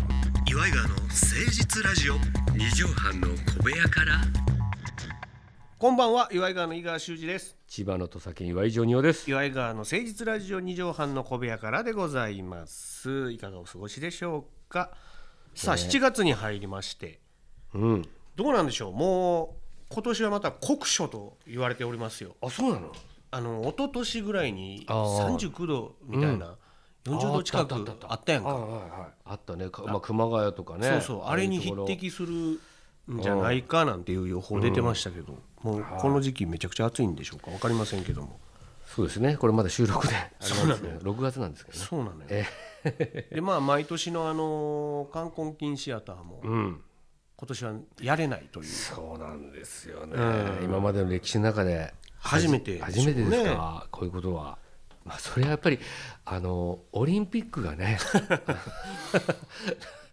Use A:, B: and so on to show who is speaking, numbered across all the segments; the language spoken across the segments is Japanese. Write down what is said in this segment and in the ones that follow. A: イガーの誠実ラジオ
B: 二畳半の小部屋から
C: こんばんは岩井川の井川修司です
B: 千葉の土佐県岩井上仁です
C: 岩井川の誠実ラジオ二畳半の小部屋からでございますいかがお過ごしでしょうかさあ7月に入りまして
B: うん
C: どうなんでしょうもう今年はまた酷暑と言われておりますよ
B: あそうなの
C: あの一昨年ぐらいに
B: あー
C: 39度みたいな、40度近く
B: あったあった
C: あ
B: あった
C: ったやん
B: あ
C: か、
B: あったねかまあ熊谷とかね
C: そうそうあれに
B: いと
C: 匹
B: ころ
C: 敵するんじゃないかなんていう予報出てましたけど、もうこの時期めちゃくちゃ暑いんでしょうか分かりませんけども
B: そうですねこれまだ収録で そうなんですね6月なんですけどね
C: そうなのよ、 でまあ毎年のあの冠婚金シアターも
B: うん
C: 今年はやれないという
B: そうなんですよね今までの歴史の中で
C: 初めてでしょうね
B: 初めてですかこういうことはまあそれはやっぱりあのオリンピックが ね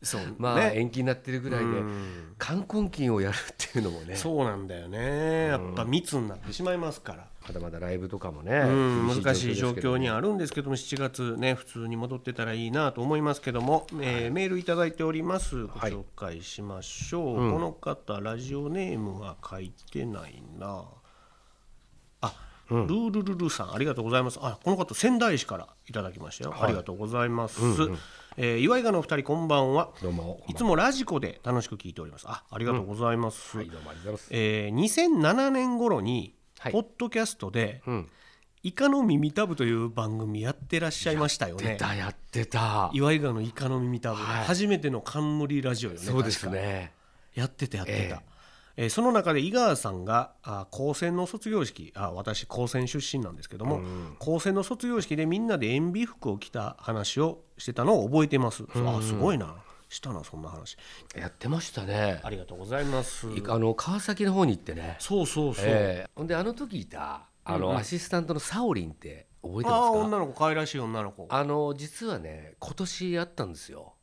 C: そう
B: まあ
C: ね
B: 延期になってるぐらいで冠婚金をやるっていうのもね
C: そうなんだよねやっぱ密になってしまいますから、
B: まだまだライブとかもね
C: うん、難しい状況に
B: あ
C: あるんですけども7月ね普通に戻ってたらいいなと思いますけども、えーメールいただいておりますご紹介しましょう、この方ラジオネームは書いてないなあ、ルールルルさんありがとうございますあこの方仙台市からいただきましたよ、ありがとうございます、えー岩井がのお二人こんばんは
B: どうも
C: いつもラジコで楽しく聞いておりますあありがとうございます、
B: はいどうもありがとうござい
C: えー2007年頃に
B: はい
C: ポッドキャストで「
B: ん
C: イカの耳たぶ」という番組やってらっしゃいましたよ
B: ます出
C: ね。
B: たやってた
C: 岩井川のイカの耳たぶ、
B: はい
C: 初めての冠ラジオよね。
B: そうです
C: 確か
B: ね
C: やってたやってた。え
B: え
C: ーその中で井川さんがあ高専の卒業式あ私高専出身なんですけども、高専の卒業式でみんなで塩ビ服を着た話をしてたのを覚えてます、あすごいなしたなそんな話
B: やってましたね
C: ありがとうございます
B: いあの川崎の方に行ってね
C: そうそうそう、
B: ええほんであの時いたあのアシスタントのサオリンって覚えて
C: ああ
B: ま
C: ー
B: すか
C: 女の子可愛らしい女の子
B: あの実はね今年あったんですよ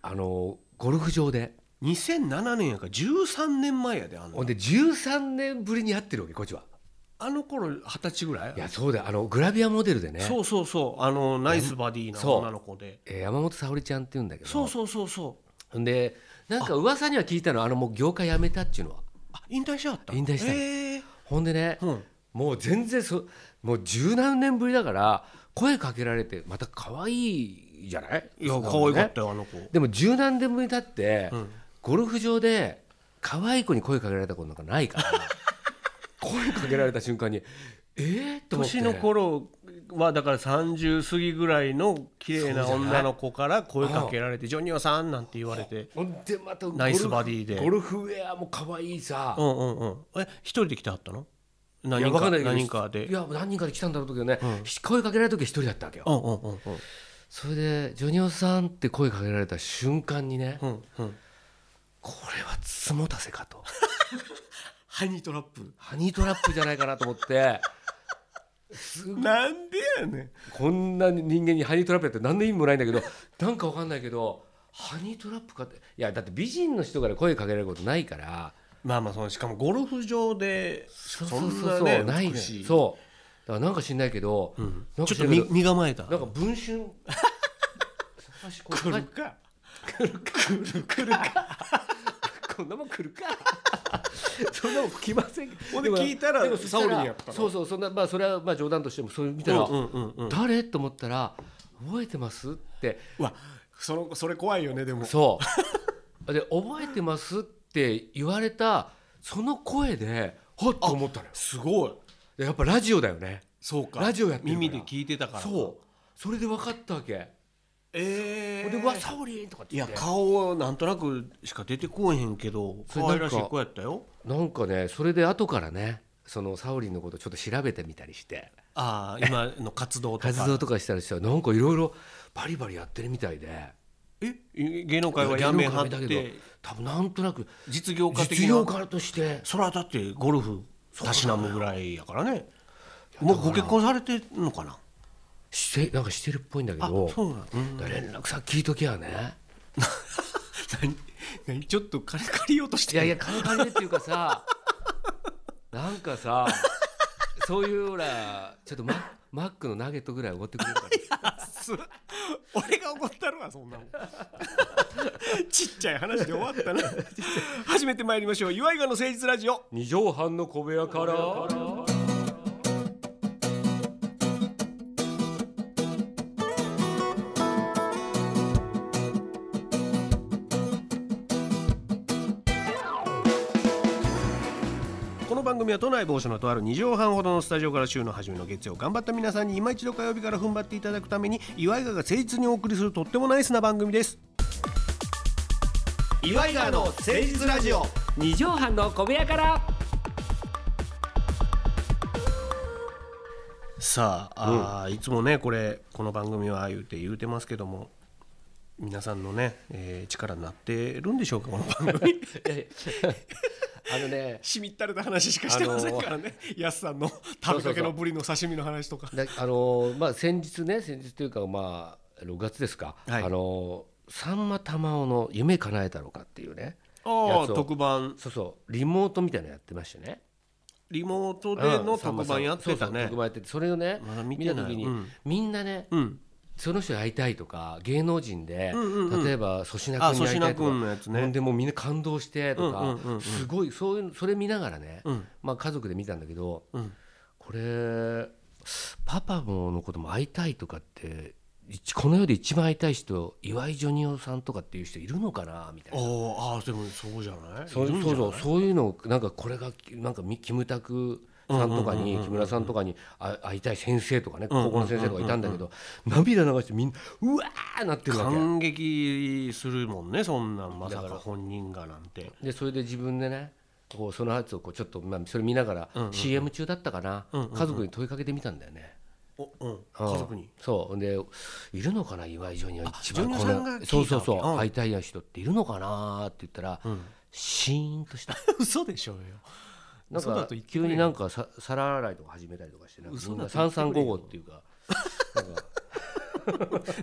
B: あのゴルフ場で
C: 2007年やから13年前やであ
B: ほん
C: の
B: で13年ぶりに会ってるわけこっちは
C: あの頃二十歳ぐらい
B: いやそうだよあのグラビアモデルでね
C: そうそうそうあのナイスバディな
B: そう
C: 女の子で
B: えー山本沙織ちゃんって言うんだけど
C: そうそうそうそう
B: ほんでなんか噂には聞いたのあのもう業界辞めたっていうのは
C: あ引退しちゃった
B: 引退したの
C: ええ
B: ほんでね、
C: うん
B: もう全然そもう十何年ぶりだから声かけられてまた可愛いじゃない
C: いや
B: そんな
C: 可
B: の
C: 愛
B: ね
C: かったよあの子
B: でも十何年ぶりに経って、
C: ん
B: ゴルフ場で可愛い子に声かけられたことなんかな いから声かけられた瞬間にえー、と思って
C: 年の頃はだから30過ぎぐらいの綺麗な
B: そうじゃない
C: 女の子から声かけられて「ジョニオさん」なんて言われて
B: ほんでまたゴルフ
C: ナイスバディで
B: ゴルフウェアも可愛いさ
C: う、んうんうんえ一人で来てはったの
B: い
C: 何
B: や
C: 人
B: わ
C: か
B: んないけど
C: 何人か
B: い
C: で
B: や何人かで来たんだろうけどね、声かけられた時は一人だったわけよ、
C: うんうんうんうん
B: それでジョニオさんって声かけられた瞬間にね、
C: うんうん
B: これはつもたせかと
C: ハニートラップ
B: ハニートラップじゃないかなと思って
C: なんでやねん
B: こんな人間にハニートラップやって何の意味もないんだけどなんかわかんないけどハニートラップかっていやだって美人の人から声かけられることないから
C: まあまあそのしかもゴルフ場で
B: そ
C: そ
B: うんそう
C: ん
B: そう
C: な
B: そう
C: ね
B: ない
C: 美
B: ね
C: しい
B: そうだからなんか知んないけど、なん
C: ち
B: か
C: ょっ
B: 知
C: と
B: んない
C: み
B: けど
C: 身構えた
B: なんか 文春探しこう
C: 来るか
B: こんなもん来るか。 そんなもん来ませんけど。
C: ほんで聞いたら
B: でもそしたら
C: サオリンやったの
B: そうそう、そんな、まあ、それは、まあ、冗談としても、そう見た
C: う
B: ら、
C: んうんうんうん
B: 誰と思ったら、覚えてますって。
C: うわそのそれ怖いよねでも
B: そう。 で、覚えてますって言われた、その声で、はっと思ったのよ。
C: すごい
B: でやっぱラジオだよね。
C: そうか
B: ラジオやってるから
C: 耳で聞いてたから
B: そう。それで分かったわけ。
C: ええ
B: で、うわ、サオリンとかって
C: い
B: 言っ
C: や
B: て。
C: 顔はなんとなくしか出てこえへんけど
B: そ
C: 可
B: れなん
C: 愛
B: から
C: しい子やったよ
B: なんかね、それで後からね、そのサオリンのことちょっと調べてみたりして。
C: ああ今の活動と
B: 活動
C: か
B: とかしたりしたらなんかいろいろバリバリやってるみたいで
C: え芸能界はやめはっ
B: 芸能界だけ
C: て
B: ど多分なんとなく
C: 実業家的な
B: 実業家として
C: それはだってゴルフたしなむぐらいやからねもうご結婚されてるのかな
B: してなんかしてるっぽいんだけ
C: あ
B: ど
C: そうなんうん
B: だから連絡先聞いときゃね
C: 何何ちょっと金借りようとし
B: いやいや金借りるっていうかさ なんかさ そういうほらちょっとママックのナゲットぐらいおごってくれるから
C: す俺が怒ったるわそんな もんちっちゃい話で終わったな初めて参りましょう岩井川の誠実ラジオ
B: 二畳半の小部屋から
C: この番組は都内某所のとある2畳半ほどのスタジオから週の初めの月曜頑張った皆さんに今一度火曜日から踏ん張っていただくために岩井川が誠実にお送りするとってもナイスな番組です岩井川の誠実ラジオ
B: 二畳半の小部屋から
C: さああー、いつもねこれこの番組は言うて言うてますけども皆さんのね、えー力になってるんでしょうかこの番組
B: いやいやあのね
C: しみったれた話しかしてませんからね、やすさんの食べかけのぶりの刺身の話とか
B: だあのーまあ先日ね先日というかまあ6月ですか、
C: はい
B: あのーさんま玉緒の夢叶えたのかっていうね
C: あ
B: や
C: あ
B: つを
C: 特番
B: そうそうリモートみたいなのやってましてね
C: リモートで
B: うん
C: の
B: さ
C: 特
B: んまさん
C: 番やってた
B: そうそう
C: ね
B: 特番やっててそれをね、
C: まだ見
B: 見
C: てな
B: た
C: い
B: 時に、
C: うん
B: みんなね、
C: うん
B: その人に会いたいとか芸能人で、例えば粗品
C: あ
B: 君に会いた
C: 粗品
B: いとか
C: 君のやつね
B: ほんでもうみんな感動してとか、
C: うんうんうんうん
B: すごいそういうのそれ見ながらね、
C: うん
B: まあ、家族で見たんだけど、
C: うん
B: これパパものことも会いたいとかって一この世で一番会いたい人岩井ジョニオさんとかっていう人いるのかなみたいな。
C: おーあーでもそうじゃない
B: そう
C: いるんじゃ
B: そ
C: ない
B: うそうそういうのなんかこれがなんかみキムタクさんとかに木村さんとかにあ会いたい先生とかね高校の先生とかいたんだけど涙流してみんなうわーなってるわけ
C: 感激するもんねそんなんまさか本人がなんて
B: でそれで自分でねこうそのやつをこうちょっと、まあ、それ見ながら CM 中だったかな、家族に問いかけてみたんだよね、
C: お、うん、
B: うん
C: 家族に
B: そうでいるのかな岩井ジョニは一番
C: ジョニオ
B: こ
C: さんが聞いたわ
B: の
C: け
B: そうそうそう、
C: うん
B: 会いたい人っているのかなって言ったら、シーン とした
C: 嘘でしょうよ
B: なん
C: 嘘だ
B: か
C: と言ってく
B: 急
C: れよ
B: になんかさ皿洗いとか始めたりとかしてなんかみんな三三五五っていうかなんか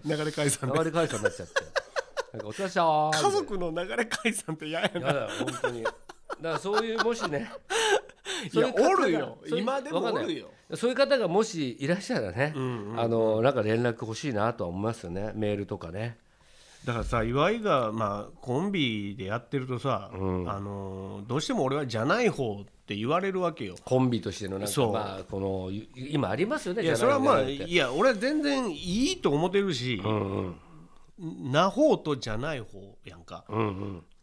C: 流れ解散で
B: 流れ解散になっち ゃってなんかお疲れっしたー
C: 家族の流れ解散って嫌や
B: み
C: な
B: たいなやだ本当にだからそういうもし ね
C: いや
B: そういう方が
C: おるよ
B: そういう
C: 今でも
B: わかんない
C: おるよ
B: そういう方がもしいらっしゃったらね、あのなんか連絡欲しいなとは思いますよねメールとかね
C: だからさ岩井が、まあ、コンビでやってるとさ、あのーどうしても俺はじゃない方って言われるわけよ
B: コンビとしてのなんか
C: そう
B: まあこのい今ありますよね
C: いやそれはまあ
B: じゃない
C: いや俺は全然いいと思ってるし、な方とじゃない方やんか、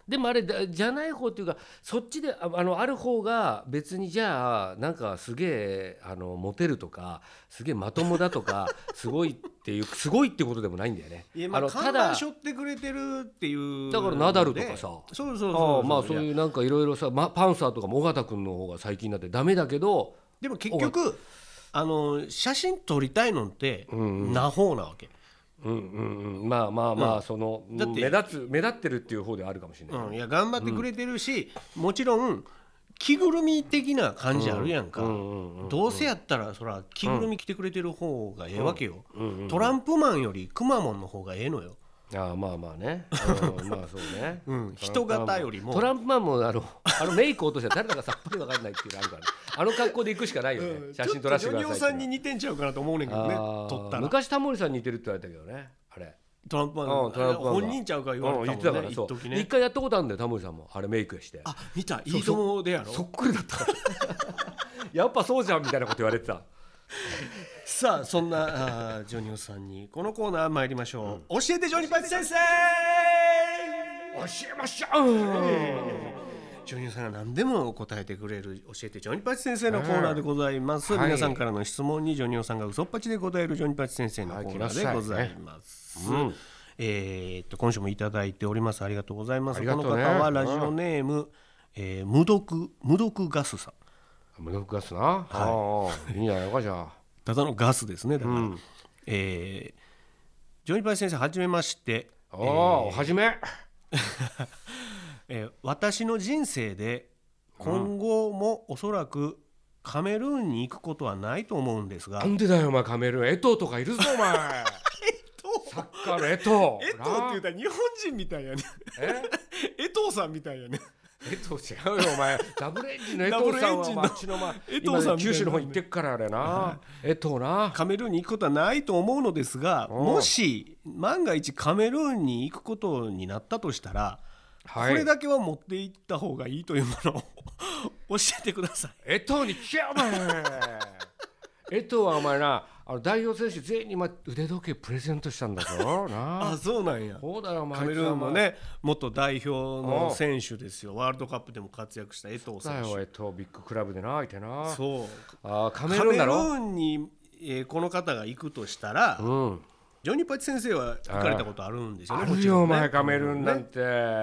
B: でもあれだじゃない方っていうかそっちでああのある方が別にじゃあなんかすげえあのモテるとかすげえまともだ とかすごいっていうすごいってことでもないんだよね。
C: いやまあ
B: の
C: 看板背負ってくれてるっていう
B: だからナダルとかさ
C: そうそうそう
B: ああまあ
C: い
B: そ
C: や
B: ういうなんかいろいろさ、ま、パンサーとかも尾形君の方が最近になってダメだけど
C: でも結局あの写真撮りたいのってな方なわけ、
B: うんうんうんまあまあまあその、
C: だって
B: 目立つ目立ってるっていう方ではあるかもしれない。
C: うんいや頑張ってくれてるし、もちろん着ぐるみ的な感じあるやんか、どうせやったらそら着ぐるみ着てくれてる方がええわけよ、トランプマンよりくまモンの方がええのよ
B: ああまあまあね、うん、まあそう ね、
C: ん人型よりも
B: トランプマンもあのあのメイク落としたら誰だかさっぱり分かんないっていうのあるから、ね、あの格好で行くしかないよね、写真撮らせてくださ
C: ちょっとジョ
B: い
C: ニオさんに似てんちゃうかなと思うねんけどね
B: ああ
C: 撮ったら
B: 昔タモリさんに似てるって言われたけどねあれ
C: トランプマン
B: うんトランプマンが
C: 本人ちゃうか言われ
B: うん
C: て
B: 言
C: たもん
B: っ
C: ね
B: て
C: 一
B: たからそう
C: 時
B: で一
C: ね
B: 回やったことあるんだよタモリさんもあれメイクして
C: あ見たいいともでやろ
B: そっくりだったから やっぱそうじゃんみたいなこと言われてた
C: さあそんなあージョニオさんにこのコーナー参りましょう、教えてジョニパイ先生
B: 教えましょう
C: ジョニオさんが何でも答えてくれる教えてジョニパチ先生のコーナーでございます、
B: はい
C: 皆さんからの質問にジョニオさんが嘘っぱちで答えるジョニパチ先生のコーナーでございます、
B: はい来ましたねうん
C: えーっと今週もいただいておりますありがとうございます、
B: あり
C: この
B: がとうね
C: 方はラジオネーム、えー無毒無毒ガスさん
B: 無毒ガスな、はい、いいんじゃないかじゃあ
C: ただのガスですねだから、えージョニパチ先生はじめまして
B: ああ、おはじめ
C: えー私の人生で今後もおそらくカメルーンに行くことはないと思うんですが、
B: なんでだよお前カメルーン江藤とかいるぞ お前サッカーの江藤
C: 江藤って言うたら日本人みたいやね
B: え
C: 江藤さんみたいやね
B: 江藤違うよお前ダブルエンジンの江藤さんはまああっちのまあ
C: 江藤さんみたいな
B: 今九州の方行ってっからあれな江藤な
C: カメルーンに行くことはないと思うのですが
B: うん
C: もし万が一カメルーンに行くことになったとしたら、
B: はい
C: これだけは持って行った方がいいというものを 教えてください。
B: 江藤に聞けよお前江藤はお前なあの代表選手全員に今腕時計プレゼントしたんだぞな
C: あそうなんや
B: そうだろお前
C: カメルーンの
B: あい
C: ね元代表の選手ですよワールドカップでも活躍した江藤
B: つ
C: 選
B: はなだ
C: 手
B: よ江藤ビッグクラブでな相手な
C: そう
B: あーカ
C: カ
B: メ
C: メ
B: ル
C: ル
B: ーンだろ
C: ーンに、えーこの方が行くとしたら、
B: うん
C: ジョニー・パチ先生は行かれたことあるんですよね
B: あ
C: も
B: る
C: ち
B: よ
C: ろ
B: お
C: んね
B: 前カメルーンなんて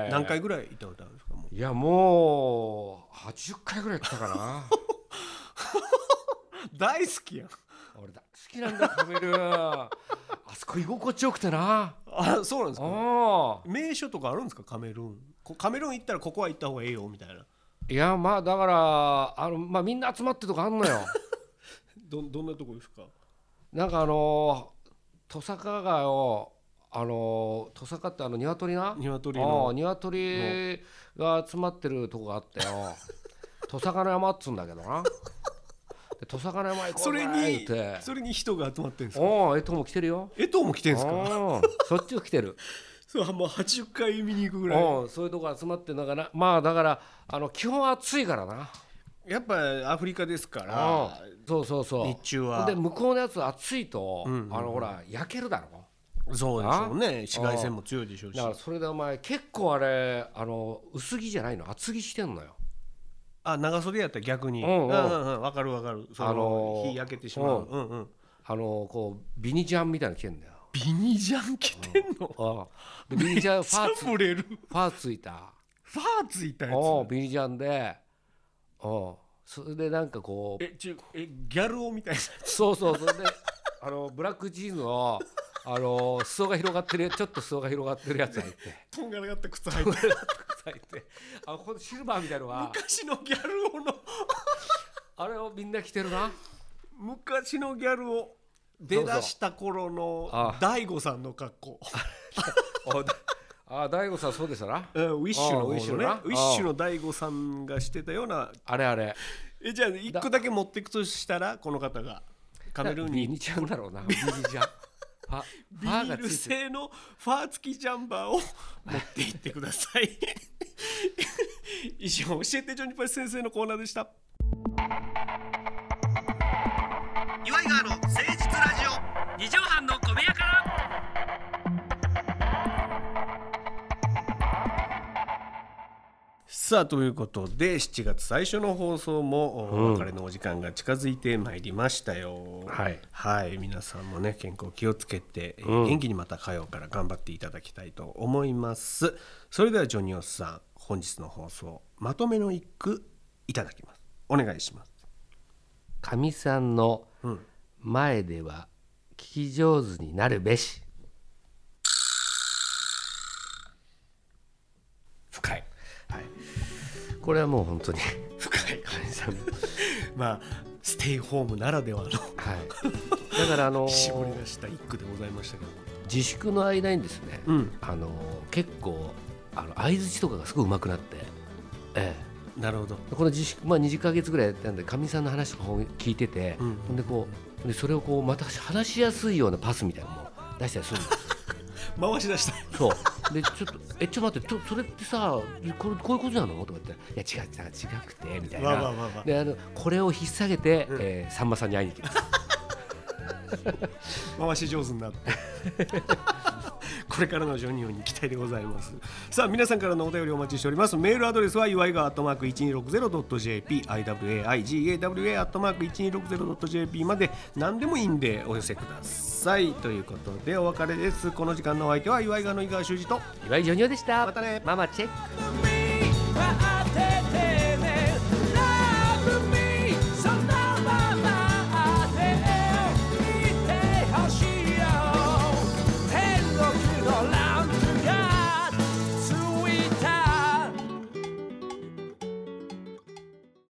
C: 何回ぐらい行ったことあるんですかもう
B: いやもう80回ぐらいやったか な
C: 大好きやん
B: 俺だ好きなんだカメルーンあそこ居心地よくてな
C: あそうなんですか
B: あ
C: 名所とかあるんですかカメルーンこカメルーン行ったらここは行った方がええよみたいない
B: やまあだからあの、まあ、みんな集まってとかあ んのよ
C: どどんなとこですか
B: なんかあのートサカがよあのートサカってあの鶏な
C: 鶏
B: ああ
C: の
B: 鶏が集まってるとこがあってよ トサカの山っつうんだけどなでトサカの山行こ
C: そう
B: ぜ
C: れ
B: 言
C: に
B: うて
C: それに人が集まってるんですか
B: おお江藤も来てるよ
C: 江藤も来てるんですか
B: うんそっちを来 てる
C: そうもう80回見に行くぐらい
B: うんそういうとこ集まってだからまあだからあの基本暑いからな
C: やっぱアフリカですか
B: あ
C: ら
B: そうそうそう
C: 日中は
B: で向こうのやつ暑いと、
C: うんうんうん
B: あのほら焼けるだろ
C: そうでしょうね紫外線も強いでしょうし
B: だからそれでお前結構あれあの薄着じゃないの厚着してんのよ
C: あ長袖やったら逆に
B: う
C: うんん
B: うん
C: うんうんわかるわかるそ
B: あの
C: の
B: ー
C: 日焼けてしまう
B: う
C: うんうん
B: あのこうビニジャンみたいなの着 てんだよ
C: ビニジャン着てんの
B: ああでビニジ ャンファーつフ
C: ぶれる
B: ァーついた
C: ファーついたや
B: お
C: つ
B: ビニジャンでおそれでなんかこう
C: えちゅえギャル男みたいな
B: そうそうそれで あのブラックジーンズのあの裾が広がってるやちょっと裾が広がってるやつ入って
C: とんがらかった靴履いて
B: 入って あこのシルバーみたいのが
C: 昔のギャル男の
B: あれをみんな着てるな
C: 昔のギャルを出だした頃
B: あ
C: の大悟さんの格好
B: あだあ大悟さんそうでしたな
C: うんウィッシュの方の
B: あウィッシュのな
C: ねウィッシュの大悟さんがしてたような
B: あれあれ
C: えじゃあ一個だけ持っていくとしたらこの方がカメルーン
B: ビ
C: に
B: ニちゃんだろうなビニちゃんファ フ
C: ビ
B: ァーが
C: ール
B: ついてる
C: 製のファー付きジャンバーを持って行ってください以上教えてジョニパチ先生のコーナーでした
A: 岩井川の誠実ラジオ
B: 二畳半の小部屋から
C: さあということで7月最初の放送も
B: う
C: お
B: ん
C: 別れのお時間が近づいてまいりましたよ、
B: はい
C: はい皆さんもね健康気をつけて、えー
B: うん
C: 元気にまた火曜から頑張っていただきたいと思いますそれではジョニオスさん本日の放送まとめの一句いただきますお願いします
B: かみさんの前では聞き上手になるべし
C: 深い、はい、
B: これはもう本当に
C: 深い
B: かみさんの
C: まあステイホームならではの
B: はい、だからあの
C: 絞り出した一句でございましたけど
B: 自粛の間にですね、
C: うん
B: あの結構あの相づちとかがすごいうまくなって、え
C: なるほど
B: え、この自粛、まあ、20か月ぐらいやったんでかみさんの話とかを聞いてて、
C: うん
B: ほんでこうでそれをこうまた話しやすいようなパスみたいなのも出したりするんですよ
C: 回し出した
B: そうでちょっと「えちょっと待ってちょそれってさこれこういうことなの?」とか言って「いや違う違う違くて」みたいな。
C: わわわわ
B: であのこれを引っ提げて、
C: うん
B: えーさんまさんに会いに来ます。
C: 回し上手になって これからのジョニオに期待でございますさあ皆さんからのお便りお待ちしておりますメールアドレスは祝いがアットマーク 1260.jp iwaigawa アットマーク 1260.jp まで何でもいいんでお寄せくださいということでお別れですこの時間のお相手は祝いがの井川修司と
B: 岩井ジョニオでした。
C: またね
B: ママチェック
D: Where I